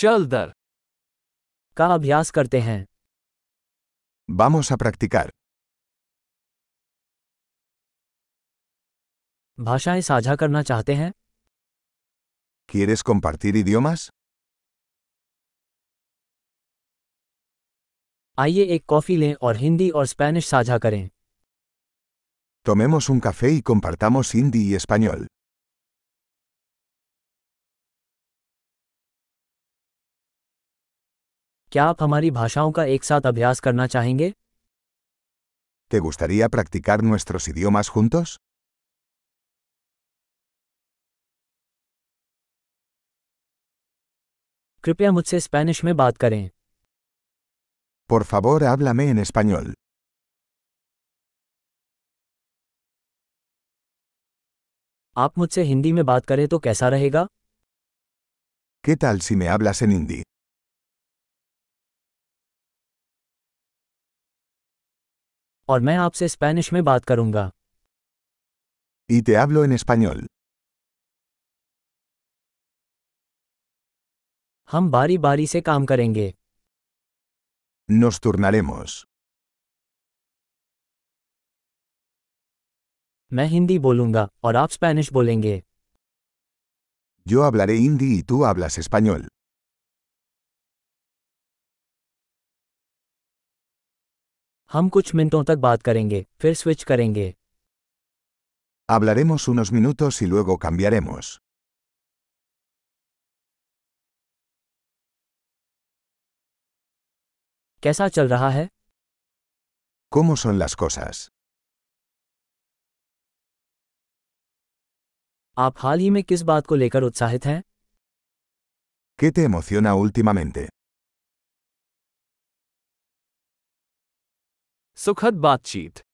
चल दर का अभ्यास करते हैं Vamos a practicar. भाषाएं साझा करना चाहते हैं ¿Quieres compartir idiomas? आइए एक कॉफ़ी लें और हिंदी और स्पेनिश साझा करें Tomemos un café y compartamos hindi y español. क्या आप हमारी भाषाओं का एक साथ अभ्यास करना चाहेंगे ¿Te gustaría practicar nuestros idiomas juntos? कृपया मुझसे स्पेनिश में बात करें Por favor, háblame en español. आप मुझसे हिंदी में बात करें तो कैसा रहेगा ¿Qué tal si me hablas en hindi? और मैं आपसे स्पेनिश में बात करूंगा Y te hablo en español. हम बारी बारी से काम करेंगे Nos turnaremos. मैं हिंदी बोलूंगा और आप स्पेनिश बोलेंगे Yo hablaré hindi y tú hablas español. हम कुछ मिनटों तक बात करेंगे फिर स्विच करेंगे Hablaremos unos minutos y luego cambiaremos. कैसा चल रहा है ¿Cómo son las cosas? आप हाल ही में किस बात को लेकर उत्साहित हैं ¿Qué te emociona últimamente? सुखद बातचीत